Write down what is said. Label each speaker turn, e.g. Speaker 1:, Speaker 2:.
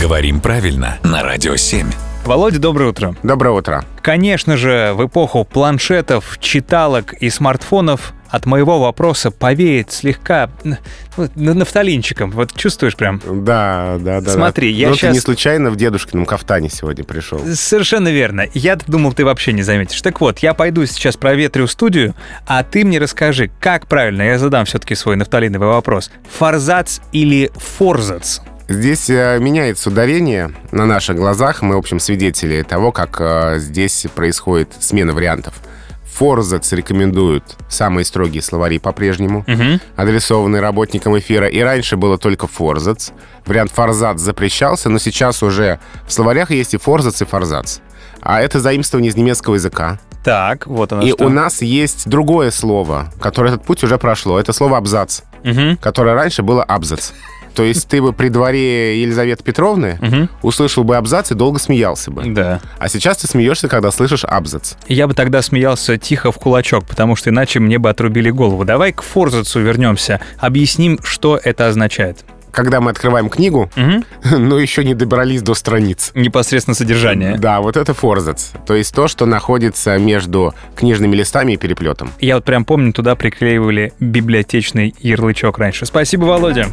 Speaker 1: Говорим правильно на Радио 7.
Speaker 2: Володя, доброе утро.
Speaker 3: Доброе утро.
Speaker 2: Конечно же, в эпоху планшетов, читалок и смартфонов от моего вопроса повеет слегка н- вот, н- нафталинчиком. Вот чувствуешь прям?
Speaker 3: Да, да, да.
Speaker 2: Смотри,
Speaker 3: да.
Speaker 2: я
Speaker 3: Но
Speaker 2: щас-
Speaker 3: ты не случайно в дедушкином кафтане сегодня пришел.
Speaker 2: Совершенно верно. я думал, ты вообще не заметишь. Так вот, я пойду сейчас проветрю студию, а ты мне расскажи, как правильно, я задам все-таки свой нафталиновый вопрос, форзац или форзац?
Speaker 3: Здесь э, меняется ударение на наших глазах. Мы, в общем, свидетели того, как э, здесь происходит смена вариантов. Форзац рекомендуют самые строгие словари по-прежнему, адресованные работникам эфира. И раньше было только форзац. Вариант форзац запрещался, но сейчас уже в словарях есть и форзац, и форзац. А это заимствование из немецкого языка.
Speaker 2: Так, вот оно
Speaker 3: И
Speaker 2: что.
Speaker 3: у нас есть другое слово, которое этот путь уже прошло. Это слово «абзац»,
Speaker 2: Мгм.
Speaker 3: которое раньше было «абзац». То есть ты бы при дворе Елизаветы Петровны услышал бы абзац и долго смеялся бы.
Speaker 2: Да.
Speaker 3: А сейчас ты смеешься, когда слышишь абзац.
Speaker 2: Я бы тогда смеялся тихо в кулачок, потому что иначе мне бы отрубили голову. Давай к форзацу вернемся, объясним, что это означает.
Speaker 3: Когда мы открываем книгу,
Speaker 2: Мгм.
Speaker 3: но еще не добрались до страниц.
Speaker 2: Непосредственно содержание.
Speaker 3: Да, вот это форзац. То есть то, что находится между книжными листами и переплетом.
Speaker 2: Я вот прям помню, туда приклеивали библиотечный ярлычок раньше. Спасибо, Володя.